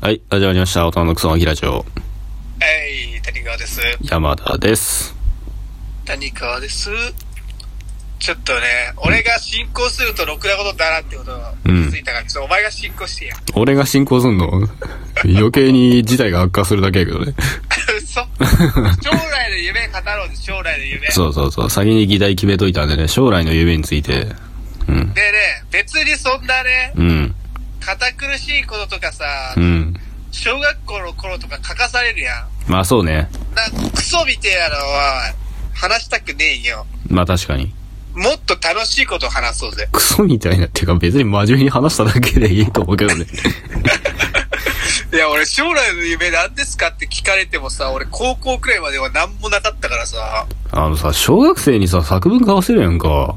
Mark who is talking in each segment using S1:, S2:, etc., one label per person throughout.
S1: はい、始まりました。大人のクソのひラジオ。
S2: はい、谷川です。
S1: 山田です。
S2: 谷川です。ちょっとね、俺が進行するとろくなことだなってことを気づいたから、ちょっとお前が進行してや。
S1: 俺が進行すんの 余計に事態が悪化するだけやけどね。
S2: 嘘 将来の夢語ろうぜ、将来の夢。
S1: そうそうそう。先に議題決めといたんでね、将来の夢について。うん。
S2: でね、別にそんなね、
S1: うん。
S2: 堅苦しいこととかさ、
S1: うん。
S2: 小学校の頃とか書かされるやん。
S1: まあそうね。
S2: なんかクソみてえなのは、話したくねえよ。
S1: まあ確かに。
S2: もっと楽しいことを話そうぜ。
S1: クソみたいなっていうか別に真面目に話しただけでいいと思うけどね。
S2: いや、俺将来の夢何ですかって聞かれてもさ、俺高校くらいまでは何もなかったからさ。
S1: あのさ、小学生にさ、作文買わせるやんか。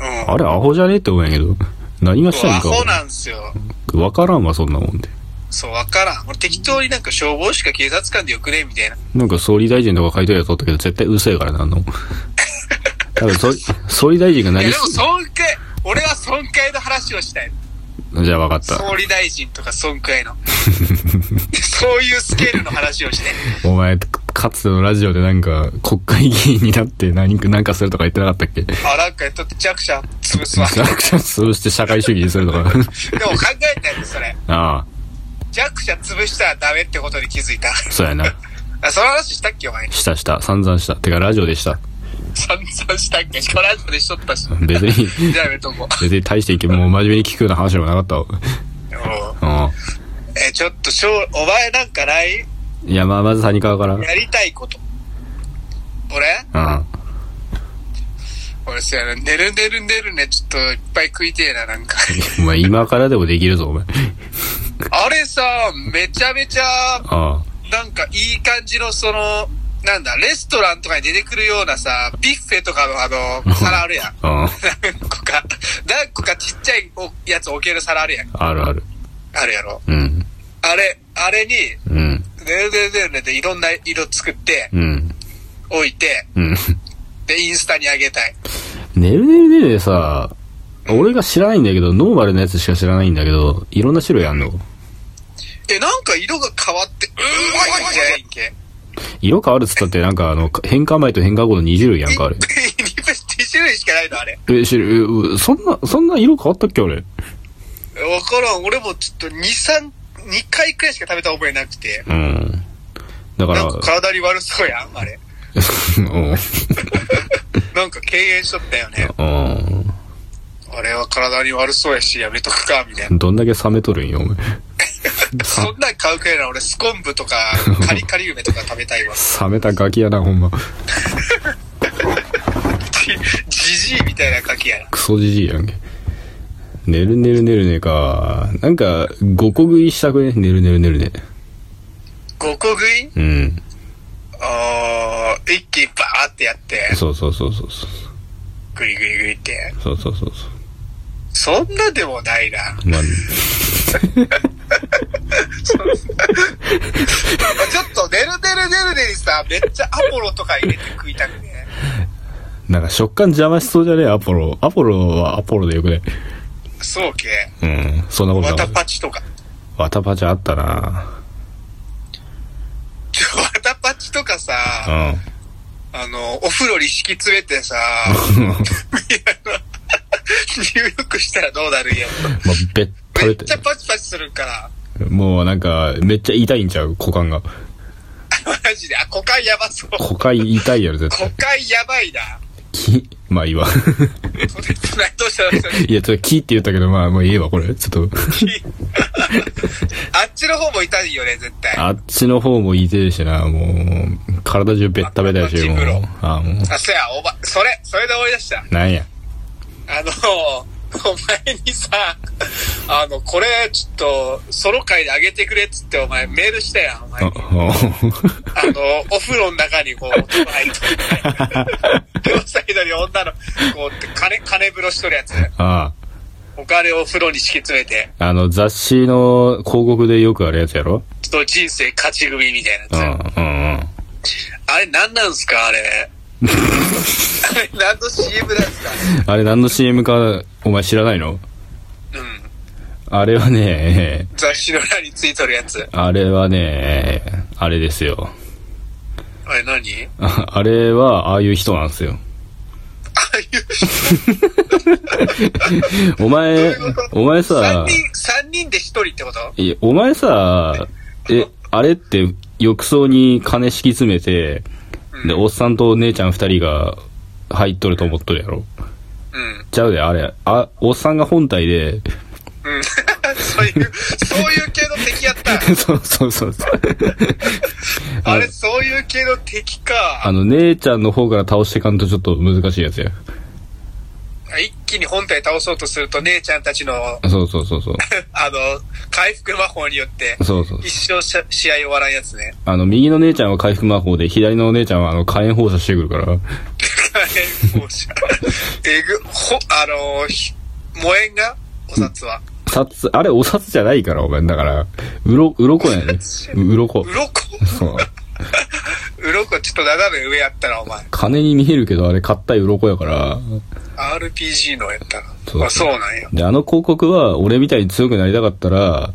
S2: うん。
S1: あれアホじゃねえって思うんやけど。何がしたい
S2: ア
S1: んか。
S2: ホなんすよ。
S1: わからんわ、そんなもんで。
S2: そう、わからん。俺適当になんか消防士か警察官でよくねみたいな。
S1: なんか総理大臣とか書いてるやつおったけど、絶対嘘やからな、あんなもん。多分 総理、総理大臣が
S2: い
S1: 何
S2: や、でも
S1: し、
S2: 尊敬、俺は尊敬の話をしたい。
S1: じゃあ分かった。
S2: 総理大臣とか尊敬の。 そういうスケールの話をして。
S1: お前、かつてのラジオでなんか、国会議員になって何か、なんかするとか言ってなかったっけ
S2: あ、なんかやっとって弱者潰すわ。で
S1: 弱者潰して社会主義にするとか。
S2: も考えたよね、それ。
S1: あ
S2: 弱者潰したらダメってことに気づいた。
S1: あ、そうやな。
S2: あ、その話したっけ、お前。
S1: したした。散々した。てか、ラジオでした。
S2: 散々したっけ。しかもラジオでしとったし。
S1: 別に、
S2: じゃあやめとこう。
S1: 別に大して意見もう真面目に聞くような話でもなかったわ。
S2: うん
S1: う
S2: え、ちょっと、しょうお前なんかない
S1: ん。いや、まあ、まず谷川から。
S2: やりたいこと。俺
S1: うん。
S2: 俺そうやな、寝る寝る寝るね、ちょっといっぱい食いてえな、なんか。
S1: お前、今からでもできるぞ、お前。
S2: あれさ、めちゃめちゃ、
S1: あ
S2: なんかいい感じの、その、なんだ、レストランとかに出てくるようなさ、ビュッフェとかのあの、皿あるやん。
S1: あ、うん。
S2: 何個か、何個かちっちゃいおやつ置ける皿あるやん。
S1: あるある。
S2: あるやろ。
S1: うん。
S2: あれ、あれに、
S1: うん。
S2: 寝る寝る寝るねっていろんな色作って、
S1: うん。
S2: 置いて、
S1: うん。
S2: で、インスタにあげたい。
S1: ねるねるねるでさ、俺が知らないんだけど、ノーマルのやつしか知らないんだけど、いろんな種類あんの。
S2: え、なんか色が変わって、うーん、いんじゃないんけ。
S1: 色変わるっつったって、なんかあの、変化前と変化後の2種類やんか、あれ。
S2: 2種類しかないの、あれ。
S1: え、知る、えうそんな、そんな色変わったっけ、俺。
S2: わからん。俺もちょっと2、3、2回くらいしか食べた覚えなくて。
S1: うん。だか
S2: な
S1: ら
S2: ん、か体に悪そうやん、あれ。
S1: うん。
S2: なんか敬遠しとったよね。
S1: う
S2: あれは体に悪そうやし、やめとくか、みたいな。
S1: ん。どんだけ冷めとるんよ、お前。
S2: そんなん買うくらいなら俺、スコンブとか、 カリカリ梅とか食べたいわ。
S1: 冷めたガキやな、ほんま。
S2: じじいみたいな牡蠣やな。
S1: クソじじいやんけ。ねるねるねるねか。なんか、五個食いしたくね、ねるねるねるね。
S2: 5個食い
S1: うん。
S2: あー、一気にバーってやって、
S1: そうそうそうそうそう。
S2: グリグリグリって。
S1: そうそうそうそう。
S2: そんなでもないな。
S1: まあ、
S2: ちょっと、ねるねるねるねにさ、めっちゃアポロとか入れて食いたくね。
S1: なんか食感邪魔しそうじゃねえアポロ。アポロはアポロでよくね。
S2: そうけ。
S1: うん。そんなこと
S2: わ
S1: なか
S2: た
S1: った。
S2: パチとか。
S1: わたぱちあったな
S2: ちょわたパチとかさ、
S1: う
S2: あの、お風呂に敷き詰めてさ、
S1: ん。 まあ、
S2: 入浴したらどうなるんや。
S1: べっ食
S2: めっ
S1: べ
S2: ちゃ
S1: て。
S2: パチパチするから、
S1: もうなんか、めっちゃ痛いんちゃう股間が。
S2: マジで、あ、股間やばそう。
S1: 股間痛いやろ、絶
S2: 股
S1: 対。
S2: 間やばいな。
S1: き、まあいいわ。
S2: どうしたどうした
S1: いや、ちょっと、きって言ったけど、まあ、もういいわ、これ。ちょっと、
S2: あっちの方も痛いよね、絶対。あ、
S1: あっちの方も痛いしな、もう、体中べったべたやし、も
S2: あ
S1: う。あ、もう、
S2: そや、おば、それ、それで思い出した。
S1: なんや。
S2: あの、お前にさ、あの、これ、ちょっと、ソロ会であげてくれっつって、お前メールしたやん、お前
S1: あ
S2: に。あの、お風呂の中にこう、男入っとる。両サイドに女の、こうって金、金風呂しとるやつ。
S1: あ、
S2: お金をお風呂に敷き詰めて、
S1: あの、雑誌の広告でよくあるやつやろ
S2: ちょっと人生勝ち組みたいなやつ。
S1: うん、うん、うん。
S2: あれ何なんすかあれ。あれ何の CM なんすか
S1: あれ何の CM か、お前知らないの
S2: うん。
S1: あれはね、
S2: 雑誌の裏についとるやつ。
S1: あれはね、あれですよ。
S2: あれ何
S1: ああれは、ああいう人なんですよ。
S2: ああいう人
S1: お前、お前さ
S2: 3、人、三人で1人ってこと
S1: いやお前さ、え、あれって浴槽に金敷き詰めて、で、おっさんとお姉ちゃん二人が入っとると思っとるやろ。
S2: うん。
S1: ちゃうで、あれ、あ、おっさんが本体で、
S2: うん。 そういう、そういう系の 敵やった。
S1: そうそうそうそう。
S2: あれ、そういう系の敵か。
S1: あの、姉ちゃんの方から倒していかんとちょっと難しいやつや。
S2: 一気に本体倒そうとすると、姉ちゃんたちの、 あ
S1: そうそうそうそう。
S2: の、回復魔法によって、
S1: そうそう。
S2: 一生し試合終わらんやつね。
S1: あの、右の姉ちゃんは回復魔法で、左のお姉ちゃんはあの、火炎放射してくるから。
S2: 火炎放射。えぐ、ほ、あのー、ひ燃えんがお札は。
S1: 札、あれお札じゃないから、お前。だから、うろ、うろこやね。うろこ
S2: う。ろこ
S1: そう。
S2: うろこちょっと斜め上やったな、お前。
S1: 金に見えるけど、あれ買ったうろこやから。
S2: RPG のやったな。
S1: そう
S2: あそうなんや。
S1: で、あの広告は、俺みたいに強くなりたかったら、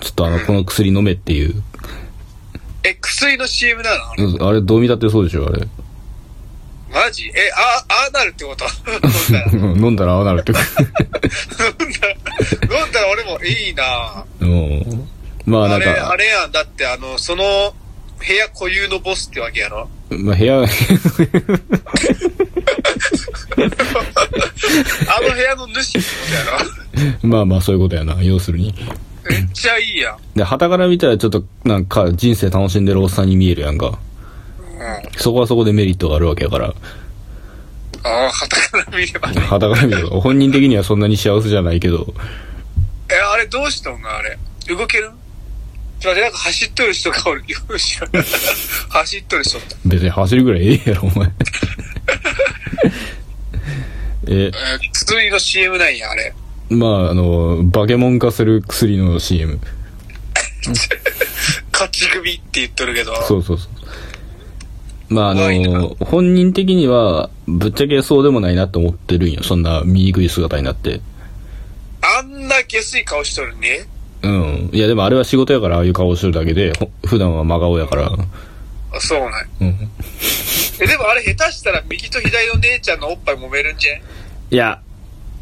S1: ちょっとあの、この薬飲めっていう。
S2: え、薬の CM なの
S1: あれ、どう見たってそうでしょ、あれ。
S2: マジえ、あ、ああなるってこと 飲んだ
S1: う
S2: ら
S1: ん 飲んだらああなるって。
S2: 飲んだら、飲んだら俺もいいな
S1: うん。まあ
S2: あ
S1: なん
S2: れ、
S1: か
S2: あ、れやん。だって、あの、その、部屋固有のボスってわけやろ
S1: まあ部屋、
S2: あの部屋の主ってこと
S1: まあまあそういうことやな、要するに。
S2: やろめっちゃいいやん。
S1: で、傍から見たらちょっと、なんか、人生楽しんでるおっさんに見えるやんか。
S2: うん。
S1: そこはそこでメリットがあるわけやから。
S2: ああ、はたから見ればね。
S1: 傍から見ると、本人的にはそんなに幸せじゃないけど、
S2: え、あれどうしたんがあれ。動けるだってなんか走っとる人がおる。 よし。走っとる人って。
S1: 別に走るぐらいええやろ、お前。 え、
S2: えー、薬の CM なんや、あれ。
S1: まあ、あの、バケモン化する薬の CM。
S2: 勝ち組って言っとるけど。
S1: そうそうそう。まあ、あ
S2: 怖いな
S1: の、本人的には、ぶっちゃけそうでもないなって思ってるんよ。そんな醜い姿になって。
S2: あんな下水顔しとるね。
S1: うん。いや、でもあれは仕事やから、ああいう顔してるだけで、ほ普段は真顔やから。
S2: あそうなん。
S1: うん。
S2: え、でもあれ下手したら右と左の姉ちゃんのおっぱい揉めるんじゃん
S1: いや、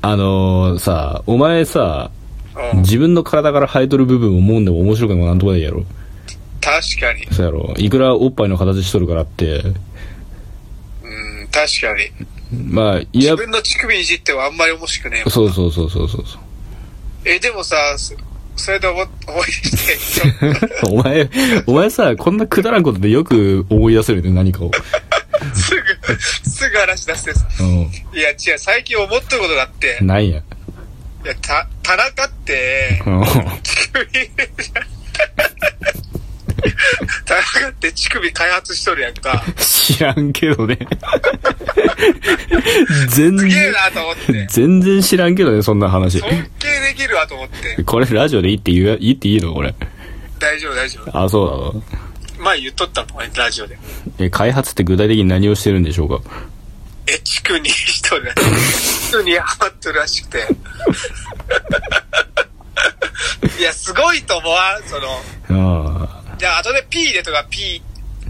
S1: あのーさ、お前さ、
S2: うん。
S1: 自分の体から生えとる部分をもんでも面白くもなんともないやろ。
S2: 確かに。
S1: そうやろ。いくらおっぱいの形しとるからって、
S2: うん、確かに。
S1: まあ、い
S2: 自
S1: や、
S2: 分の乳首いじってはあんまり面白くねえもん
S1: そうそうそうそうそう そう。
S2: え、でもさ、そそれで思思い 出して、
S1: お前、お前さ、こんなくだらんことでよく思い出せるね、何かを。
S2: すぐ、 すぐ話し出してさ。
S1: う
S2: いや、違う、最近思ったことがあって
S1: ん。、なんや。
S2: いや、た、田中って、
S1: うん。
S2: 乳首、田中って乳首開発しとるやんか。
S1: 知らんけどね。 全
S2: すげえ
S1: 然、
S2: なと思って。
S1: 全然知らんけどね、そんな話。
S2: 尊敬できるわと思って。
S1: これラジオでいいって言う、言っていいのこれ。
S2: 大丈夫、大丈夫。
S1: あ、そうなの
S2: 前言っとったもんね、ラジオで。
S1: え、開発って具体的に何をしてるんでしょうか
S2: え、地区に一人、地区にハマってるらしくて。 いや、すごいと思わん、その。
S1: ああ。
S2: じゃあ、後で P でとか P、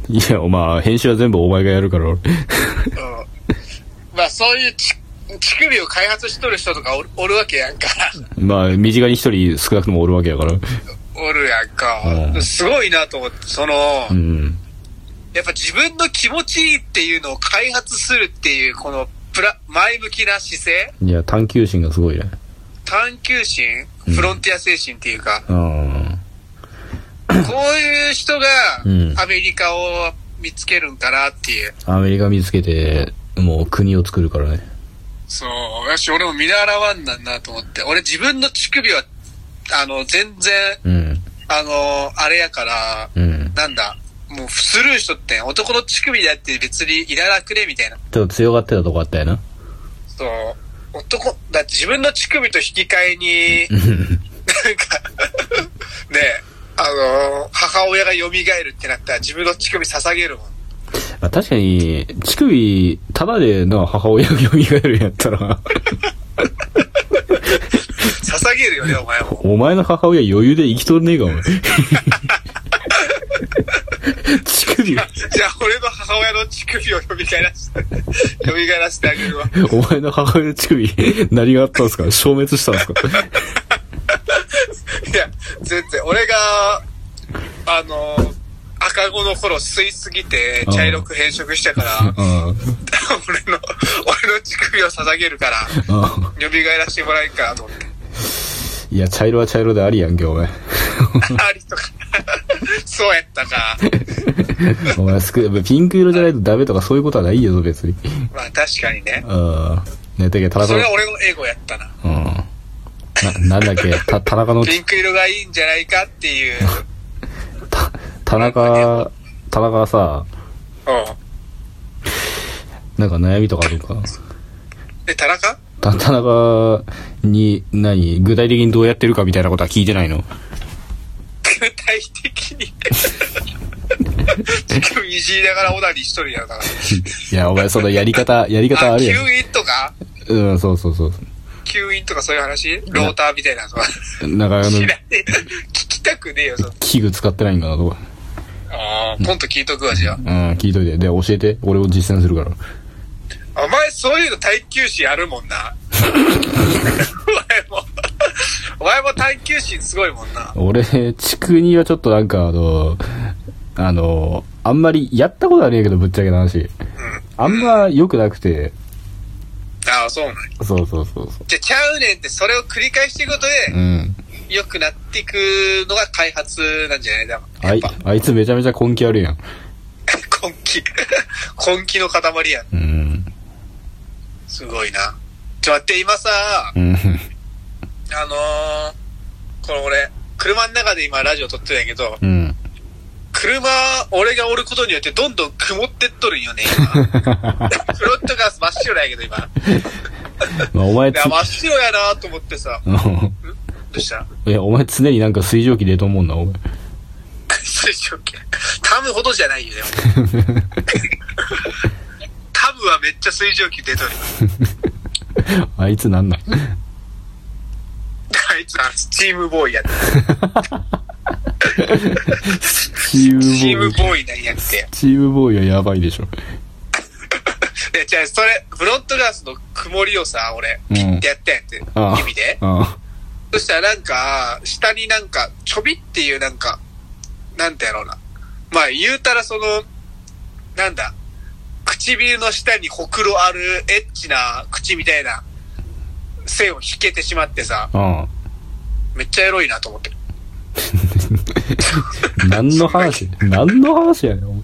S1: いや、まあ、編集は全部お前がやるから、俺。
S2: うん。まあ、そういうち乳首を開発しとる人とかおるおるわけやんか。
S1: まあ、身近に一人少なくともおるわけやから。
S2: おるやん
S1: う
S2: か。
S1: ん
S2: すごいなと思って、その、
S1: うん。
S2: やっぱ自分の気持ちいいっていうのを開発するっていう、この、プラ、前向きな姿勢
S1: いや、探求心がすごいね。
S2: 探求心フロンティア精神っていうか、
S1: うん。
S2: こういう人が
S1: うん
S2: アメリカを見つけるんかなっていう。
S1: アメリカ見つけて、もう国を作るからね。
S2: そう。よし、俺も見習わんなんなと思って。俺自分の乳首は、あの、全然、
S1: うん。
S2: あの、あれやから、
S1: うん。
S2: なんだ、もうスルーしとってん。男の乳首だって別にいらなくねみたいな。
S1: ちょっと強がってたとこあったよ な。
S2: そう。男、だって自分の乳首と引き換えに、なんか、ねえ、あの、母親が蘇るってなったら自分の乳首捧げるもん。
S1: あ確かに、乳首、ただでな、母親が蘇るんやったら、
S2: 捧げるよね、お前 も。
S1: お前の母親余裕で生きとるねえか、お 前。乳首、
S2: じゃあ、俺の母親の乳首を蘇ら せて、蘇らせてあげるわ。
S1: お前の母親の乳首、何があったんですか消滅したんですか
S2: いや、全然、俺が、あの、赤子の頃吸いすぎて、茶色く変色したから、
S1: うん。うん。
S2: 俺の、俺の乳首を捧げるから、蘇らせてもらえんかなと 思って。
S1: いや、茶色は茶色でありやんけ、お前。
S2: ありとか、 そうやったか。
S1: お前すく、やっぱピンク色じゃないとダメとかそういうことはないよ、別に。
S2: まあ確かにね。
S1: うん。ねだけど田
S2: そ
S1: 中
S2: れは俺のエゴやったな。
S1: の、うん。な、なんだっけ、た、田中の、
S2: ピンク色がいいんじゃないかっ ていう。
S1: た田中、田中はさ、
S2: う
S1: なんか悩みとかあるんか。
S2: ん。で、田中
S1: た田中に、何、具体的にどうやってるかみたいなことは聞いてないの
S2: 具体的に。 乳首いじりながらオナニーしとるやんだか
S1: いや、お前そのやり方、やり方
S2: ら。
S1: あ
S2: あ、
S1: る
S2: 吸
S1: やん。
S2: 引とか
S1: うん、そうそうそう。
S2: 吸引とかそういう話ローターみたいなのとか。
S1: なんかあの、
S2: 知らねえ。聞きたくねえよ、その。
S1: 器具使ってないんかなとか。
S2: ああ、今度聞いとくわ、じゃ
S1: うん、聞いといて。で、教えて。俺を実践するから。
S2: あ。お前、そういうの耐久心あるもんな。お前も、お前も耐久心すごいもんな。
S1: 俺、地区にはちょっとなんかあの、あの、あんまり、やったことはねえけど、ぶっちゃけの話。あんま良くなくて、
S2: ああ、そうなんや
S1: そうそうそうそ
S2: じゃあ、ちゃうねんって、それを繰り返していくこと
S1: う。う、
S2: で
S1: ん。
S2: 良くなっていくのが開発なんじゃないだから
S1: あ
S2: やっ
S1: い
S2: ぱ、、
S1: あいつめちゃめちゃ根気あるやん。
S2: 根気、根気の塊やん。
S1: うん。
S2: すごいな。ちょ、待って、今さ、
S1: うん。
S2: あのー、この俺、車の中で今ラジオ撮ってるんやけど、
S1: うん。
S2: 車、俺がおることによってどんどん曇ってっとるんよね、 今。フロントガラス真っ白なんやけど、今。
S1: まあ、お前
S2: い
S1: つ
S2: や、、 真っ白やなと思ってさ、
S1: う
S2: どうした
S1: んいや、お前常になんか水蒸気でと思うんだ、お前。
S2: 水蒸気。タムほどじゃないよね。 タムはめっちゃ水蒸気出とる。
S1: あいつなん なん
S2: あいつはスチームボーイやって。
S1: チームボ
S2: スチーム
S1: ーイ。
S2: ボーイなんやって。
S1: チームボーイはやばいでしょ。
S2: いや、じゃあ、それ、フロントガラスの曇りをさ、俺、ピッてやったやんって、
S1: ああ
S2: 指で。
S1: あ
S2: そしたらなんか、下になんか、ちょびっていうなんか、なんてやろうな。まあ、言うたらその、なんだ、唇の下にほくろあるエッチな口みたいな線を引けてしまってさ、
S1: あ、ああ。
S2: めっちゃエロいなと思って。
S1: 何の話何の話やねん、お前。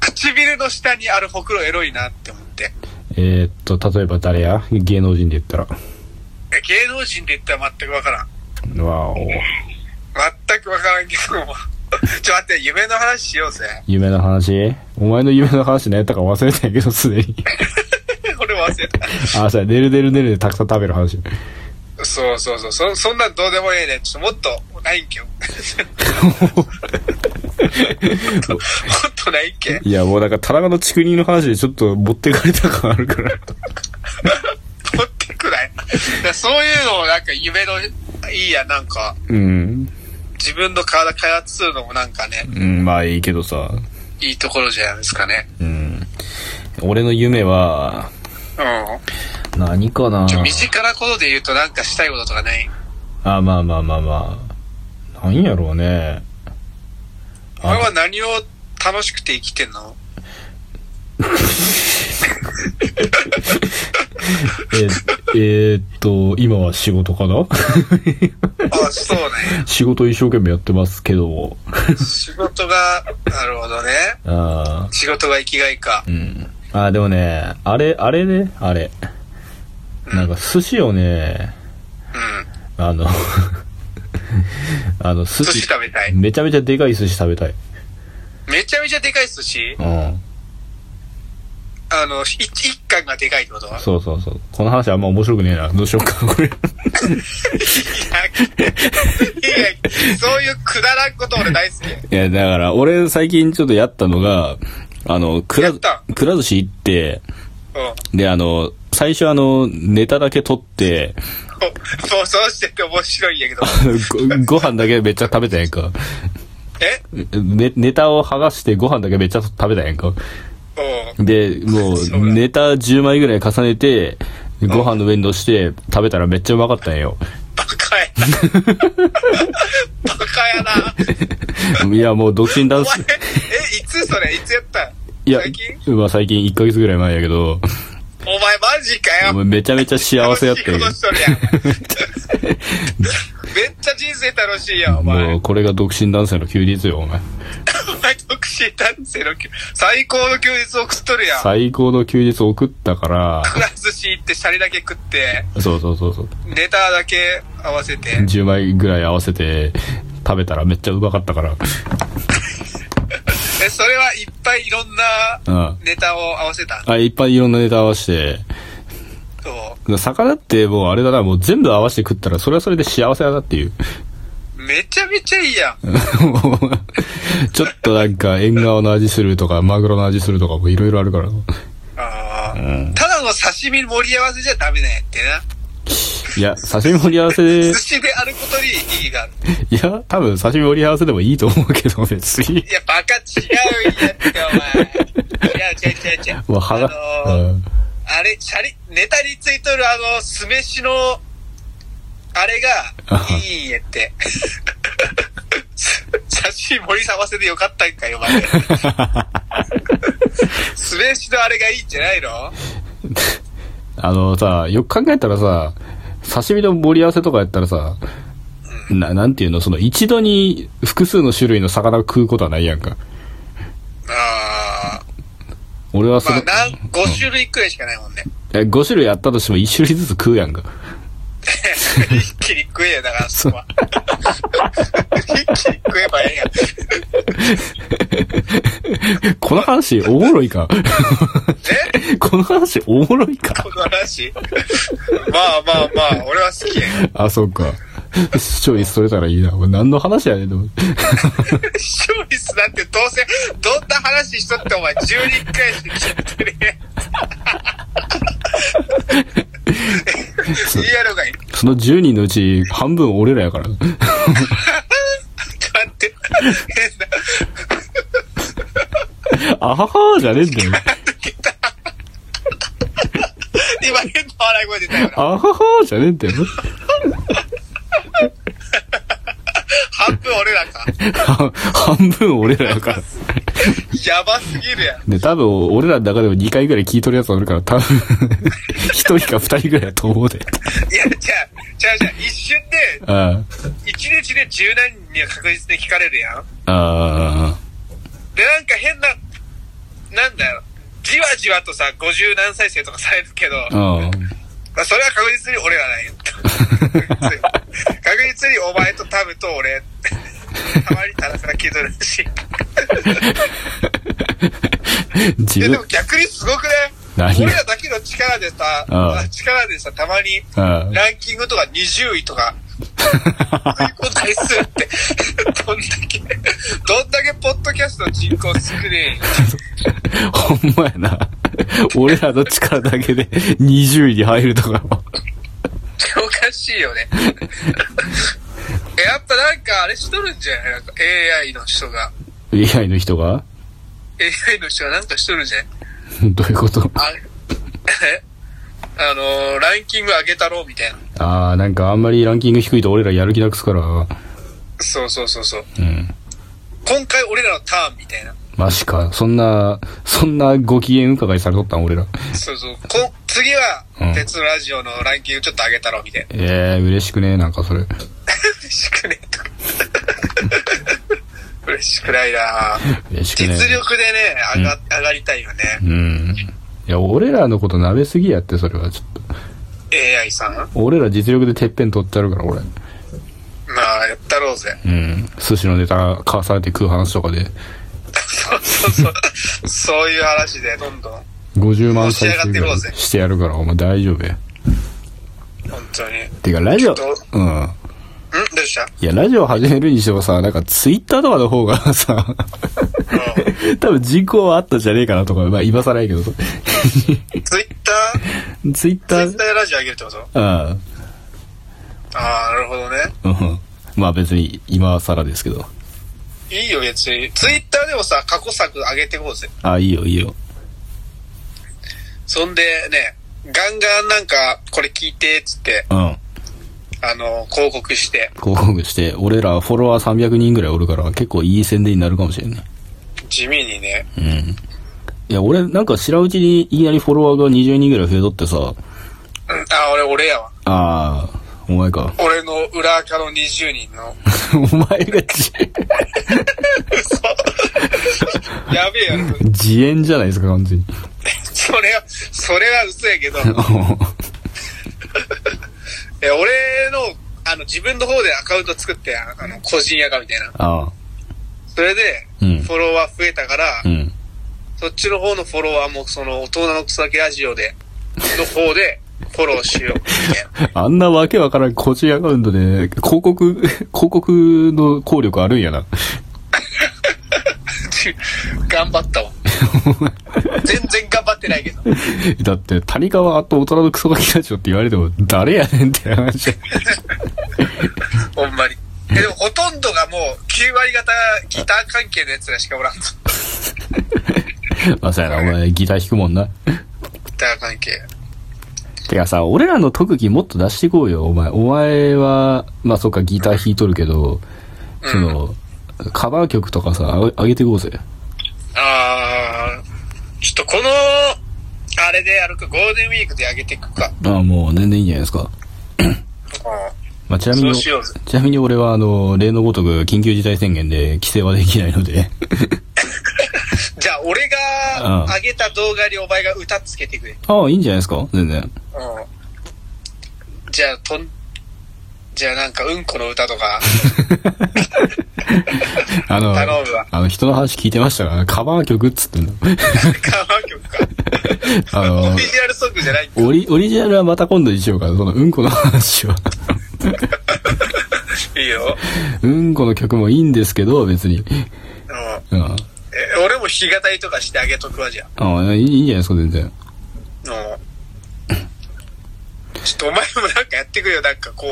S2: 唇の下にあるほくろエロいなって思って。
S1: えー、っと、例えば誰や芸能人で言ったら。
S2: え芸能人で言ったら全くわからん。
S1: わお。
S2: 全くわからんけども。 ちょ、待って、夢の話しようぜ。
S1: 夢の話お前の夢の話何やったか忘れたんやけど、すでに。
S2: 俺忘れた。
S1: あ、そうや、寝る寝る寝るでたくさん食べる話。
S2: そうそうそう。そ、そんなんどうでもええね。ちょっともっと、ないんけ。も っとないんけ。
S1: いや、もうなんか、田中の竹林の話でちょっと持ってかれた感あるから。
S2: 持ってくない。だからそういうのをなんか夢の、いいや、なんか、
S1: うん。
S2: 自分の体開発するのもなんかね、
S1: うん、まあいいけどさ。
S2: いいところじゃないですかね。
S1: うん。俺の夢は、
S2: うん。
S1: 何かな
S2: ちょ、身近なことで言うとなんかしたいこととかない
S1: あ、まあまあまあまあ。なんやろうね。
S2: お前は何を楽しくて生きてん の
S1: え、えーっと、今は仕事かな
S2: あ、そうね。
S1: 仕事一生懸命やってますけど。
S2: 仕事が、なるほどね。
S1: あ
S2: 仕事が生きがいか
S1: ー。うん。あー、でもね、あれ、あれね、あれ。なんか寿司をね、
S2: うん。
S1: あの、あの、寿
S2: 寿司
S1: 司、
S2: 食べたい。
S1: めちゃめちゃでかい寿司食べたい。
S2: めちゃめちゃでかい寿司
S1: うん。
S2: あの、一一貫がでかいってことは
S1: そうそうそう。この話あんま面白くねえな。どうしようか、これ。
S2: いや、いやそういうくだらんこと俺大好き。
S1: いや、だから、俺最近ちょっとやったのが、あの、くら、
S2: やった
S1: くら寿司行って、
S2: うん。
S1: で、あの、最初あの、ネタだけ撮って、
S2: そう、そうしてて面白いんやけど。
S1: ごご飯だけめっちゃ食べたやんか。
S2: え
S1: ね、ネタを剥がしてご飯だけめっちゃ食べたやんか。
S2: うん。
S1: で、も
S2: そう
S1: う、
S2: だ
S1: ネタ10枚ぐらい重ねて、ご飯の上に乗して食べたらめっちゃうまかったんよ。
S2: バカやな。バカやな。
S1: いや、もう独身
S2: お
S1: 男
S2: 前
S1: 性、、
S2: え、いつそれいつやったん
S1: いや
S2: 最近、
S1: まあ最近1ヶ月ぐらい前やけど、
S2: お前マジかよ。
S1: めちゃめちゃ幸せやったんよ
S2: 楽。しいこと しとるやんお前めっちゃ人生楽しいやん、お前。
S1: もう、これが独身男性の休日よ、お前。
S2: お前、独身男性の休最高の休日送っとるやん。
S1: 最高の休日送ったから、
S2: くら寿司行って、シャリだけ食って、
S1: そうそうそうそう。
S2: ネタだけ合わせて。
S1: 10枚ぐらい合わせて食べたらめっちゃうまかったから。
S2: え、それはいっぱいいろん
S1: う。
S2: なんネタを合わせた。
S1: あ、いっぱいいろんなネタ合わせて、
S2: そ
S1: 魚ってもうあれだな、もう全部合わせて食ったらそれはそれで幸せだなっていう。
S2: う。めちゃめちゃいいやん。
S1: ちょっとなんか縁側の味するとか、マグロの味するとかもいろいろあるから。
S2: あーただの刺身盛り合わせじゃダメなんやってな。
S1: いや、刺身盛り合わせで
S2: 寿、司であることに意義がある。
S1: いや、多分刺身盛り合わせでもいいと思うけど、別に
S2: い。や、バカ違うやって、お前。違う違う違う違う。
S1: もう腹、
S2: あのー
S1: うん
S2: あれ、シャリ、ネタについとるあの、酢飯の、あれが、いいんやって。 写真盛りさわせでよかったんかよ、お 前。酢飯のあれがいいんじゃないの
S1: あのさ、よく考えたらさ、刺身の盛り合わせとかやったらさ、な、なんていうの、その一度に複数の種類の魚を食うことはないやんか。
S2: ああ。
S1: 俺はそ
S2: ま
S1: の
S2: あ、、なん、5種類くらいしかないも んね。
S1: え5種類あったとしても1種類ずつ食うやんか。
S2: 一気に食えや、だから、そこは。一気に食えばええやん。
S1: この話おもろいか
S2: ね
S1: この話おもろいか
S2: この話。まあまあまあ、俺は好きやよ。
S1: あ、そうか。視聴率取れたらいいな。これ何の話やねんと思って。
S2: 視聴率なんてどうせ、どんな話しとってお前12回しか聞いてねえ。いいやろがいい。
S1: その10人のうち半分俺らや から。
S2: ちょっと待って。変な、
S1: あははーじゃねえんだよ。
S2: 今変な笑い声出たよな。
S1: あははーじゃねえんだよ。
S2: 半分俺らか。
S1: 半 半分俺らやから。
S2: やばすぎるやん。
S1: で、多分、俺らの中でも2回ぐらい聞いとるやつおるから、多分、1人か2人ぐらいやと思うで。
S2: いや、じゃあ、じゃあじゃあ、一瞬で、
S1: あ
S2: 一日で十何人には確実に聞かれるやん。
S1: あ、あ
S2: で、なんか変な、なんだよ。じわじわとさ、50何再生とかされるけど、
S1: あ、うん。
S2: まあ、それは確実に俺らないよ。 確実にお前とタブと俺。たまにたらさ気取るし。
S1: 自
S2: いやで
S1: 分
S2: も、逆にすごくね。
S1: 何
S2: 俺らだけの力でさ、
S1: ああ
S2: 力でさ、たまに
S1: あ
S2: ランキングとか20位とか、そういうことにするって、どんだけ、どんだけポッドキャストの人口少ね
S1: あ、ほんまやな。俺らの力だけで20位に入るとかも。
S2: え。おかしいよね。え、やっぱなんかあれしとるんじゃないなんか AI の人が。
S1: AI の人が
S2: AI の人がなんかしとるんじゃない
S1: どういうこと
S2: あ、えあのー、ランキング上げたろうみたいな。
S1: ああ、なんかあんまりランキング低いと俺らやる気なくすから。
S2: そうそうそうそう。
S1: うん。
S2: 今回俺らのターンみたいな。
S1: マジか。そんな、そんなご機嫌伺いされとったん俺ら。
S2: そうそう。こ次は
S1: うん、
S2: 鉄のラジオのランキングちょっと上げたろうみたいな。
S1: ええ嬉しくねなんかそれ。
S2: 嬉しくねとか。 嬉しくないな
S1: 嬉しく
S2: 実
S1: ね
S2: 力でね、上が、上がりたいよね。
S1: うん。いや、俺らのこと舐めすぎやって、それは。ちょっと。
S2: AI さん。ま
S1: 俺ら実力でてっぺん取ってあるから、俺。
S2: あ、やったろうぜ。
S1: うん。寿司のネタ買わされて食う話とかで、
S2: そうそうそう。そういう話で、どんどん。
S1: 50万再生ぐらい
S2: のし上がっていこうぜ
S1: してやるから、お前大丈夫や。
S2: 本当に。ん
S1: てか、ラジオ、
S2: ちょっ
S1: うん。
S2: どうした
S1: いや、ラジオ始めるにしてもさ、なんかツイッターとかの方がさ、
S2: うん。
S1: 多分人口はあったんじゃねえかなとか、まあ今更やけどさ。
S2: ツイッター
S1: ツイッタ
S2: ツ
S1: ー
S2: イッターでラジオ上げるってこと
S1: あ
S2: ああ、なるほどね。
S1: あ、うん。まあ別に今更ですけど。
S2: いいよ、別に。ツイッターでもさ、過去作上げてこうぜ。
S1: ああ、いいよいいよ。
S2: そんでね、ガンガンなんか、これ聞いて、つって、
S1: うん。
S2: あの、広告して、
S1: 広告して、俺らフォロワー300人ぐらいおるから結構いい宣伝になるかもしれんね。
S2: 地味にね。
S1: うん。いや、俺なんか知らうちにいきなりフォロワーが20人ぐらい増えとってさ、
S2: うん、あ、俺、俺やわ。
S1: ああ、お前か。
S2: 俺の裏垢の20人の。
S1: お前が自、
S2: やべえやろ。
S1: 自演じゃないですか、完全に。
S2: それは、それは嘘やけど、え俺の、あの、自分の方でアカウント作って、ああの、個人やかみたいな。
S1: ああ、
S2: それで、
S1: うん
S2: フォロワー増えたから、
S1: うん。
S2: そっちの方のフォロワーも、その、大人の草木ラジオで、の方で、フォローしよう みたい な。
S1: あんなわけわからん個人アカウントで、広告、 広告の効力あるんやな。
S2: 頑張ったわ。全然頑張ってないけど。
S1: だって、谷川と大人のクソガキラジオって言われても、誰やねんって話。
S2: ほんまに。えでもほとんどがもう9割方ギター関係のやつらしかおらんぞ。
S1: まあ、さやな、お前ギター弾くもんな。
S2: ギター関係。
S1: てかさ、俺らの特技もっと出していこうよ、お前。お前は、まあそっか、ギター弾いとるけど、その、カバー曲とかさ、あ上げていこうぜ。
S2: あー、ちょっとこの、あれであるか、ゴールデンウィークで上げていくか。
S1: ああ、もう全然いいんじゃないですか。まあ、ちなみ
S2: そ
S1: に、
S2: う
S1: ち
S2: しようぜ。
S1: なみに俺は、あの、例のごとく緊急事態宣言で規制はできないので、
S2: じゃあ、俺
S1: う
S2: が
S1: ん
S2: 上げた動画にお前が歌つけてくれ。
S1: ああ、いいんじゃないですか全然。
S2: うん。じゃあ、とん、じゃあなんか、うんこの歌とか、
S1: あの、
S2: 頼 むわ
S1: あの、人の話聞いてましたから、カバー曲っつってんの。
S2: カバー曲か。
S1: あ
S2: オ
S1: の
S2: リ、ジナルソングじゃないんか。
S1: オリ、オリジナルはまた今度にしようか、その、うんこの話は。
S2: いいよ。
S1: うんこの曲もいいんですけど、別に。
S2: うん。
S1: うん。
S2: え俺も弾き語りとかしてあげとくわ、じゃあ。
S1: ああ、いいいいんじゃないですか、全然。
S2: うん。ちょっとお前もなんかやってくれよ、なんかこう、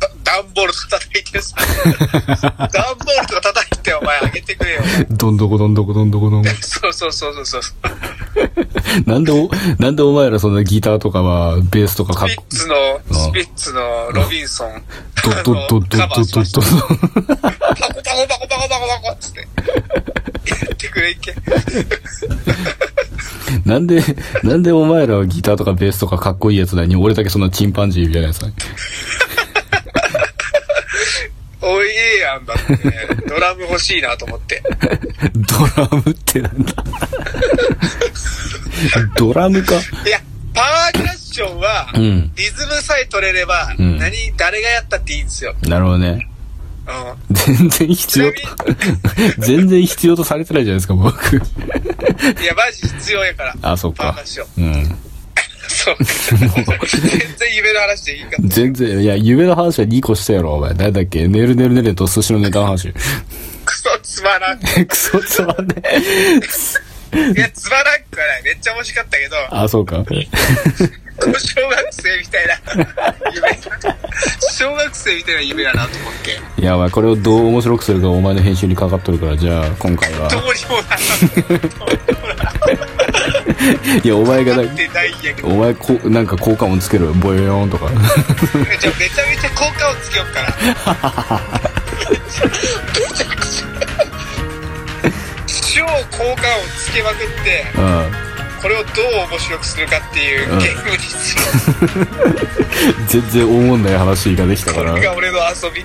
S2: だ段ボールとか叩いてさ。段ボールとか叩いてお前あげてくれよ。
S1: どんどこどんどこどんどこどんこ。
S2: そうそうそうそうそう。
S1: なんでお、なんでお前らそんなギターとかは、ベースとかかっ
S2: スピッツの、スピッツのロビンソン。あ
S1: ど、
S2: の
S1: ど、ど、ど、
S2: カバーし
S1: ど、
S2: ました
S1: ど、ど、
S2: パコパコパコパコパコパコっつって。やってくれいけ。
S1: なんで、なんでお前らはギターとかベースとかかっこいいやつなのに、俺だけそんなチンパンジーみたいなやつなの
S2: おいえやんだってね。ドラム欲しいなと思って。
S1: ドラムってなんだ ドラムか
S2: いや、パワークラッションは、
S1: うん。
S2: リズムさえ取れれば、
S1: うん
S2: 何、誰がやったっていいんですよ。
S1: なるほどね。
S2: うん。
S1: 全然必 要と、全然必要とされてないじゃないですか、僕。
S2: いや、マジ必要やから。
S1: あ、そっ
S2: パー
S1: か
S2: カッ。ション。
S1: うん。
S2: そう。全然夢の話でいいから。
S1: 全然、いや、夢の話は2個したやろ、お前。誰だっけねるねるねると寿司のネタの話。
S2: クソつまらん。い
S1: クソつまんね
S2: や、つまらんくはない。めっちゃ面白かったけど、
S1: あ、そうか。
S2: 小学生みたいな夢だ小学生みたいな夢だなと思って。
S1: いや、お前、これをどう面白くするかお前の編集にかかっとるから、じゃあ、今回は
S2: ど。うにもな
S1: いや、お前がな
S2: らんってないんやけど。
S1: お前こう、なんか効果音つけるボヨヨーンとか。
S2: じゃあめちゃめちゃ効果をつけようかな。超効果をつけまくって、
S1: う
S2: これをどう面白くするかっていうゲームにする。
S1: ん。全然大問題な話ができたか
S2: こ
S1: ら
S2: れ。が俺の遊び。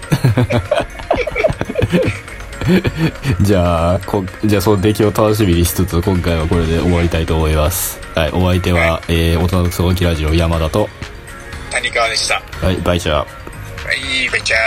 S1: じゃあ、こじゃあ、その出来を楽しみにしつつ、今回はこれで終わりたいと思います。はい、お相手は、えー、大人のクソガキラジオ山田と、
S2: 谷川でした。
S1: はい、バイチャー。
S2: はい、めちゃ。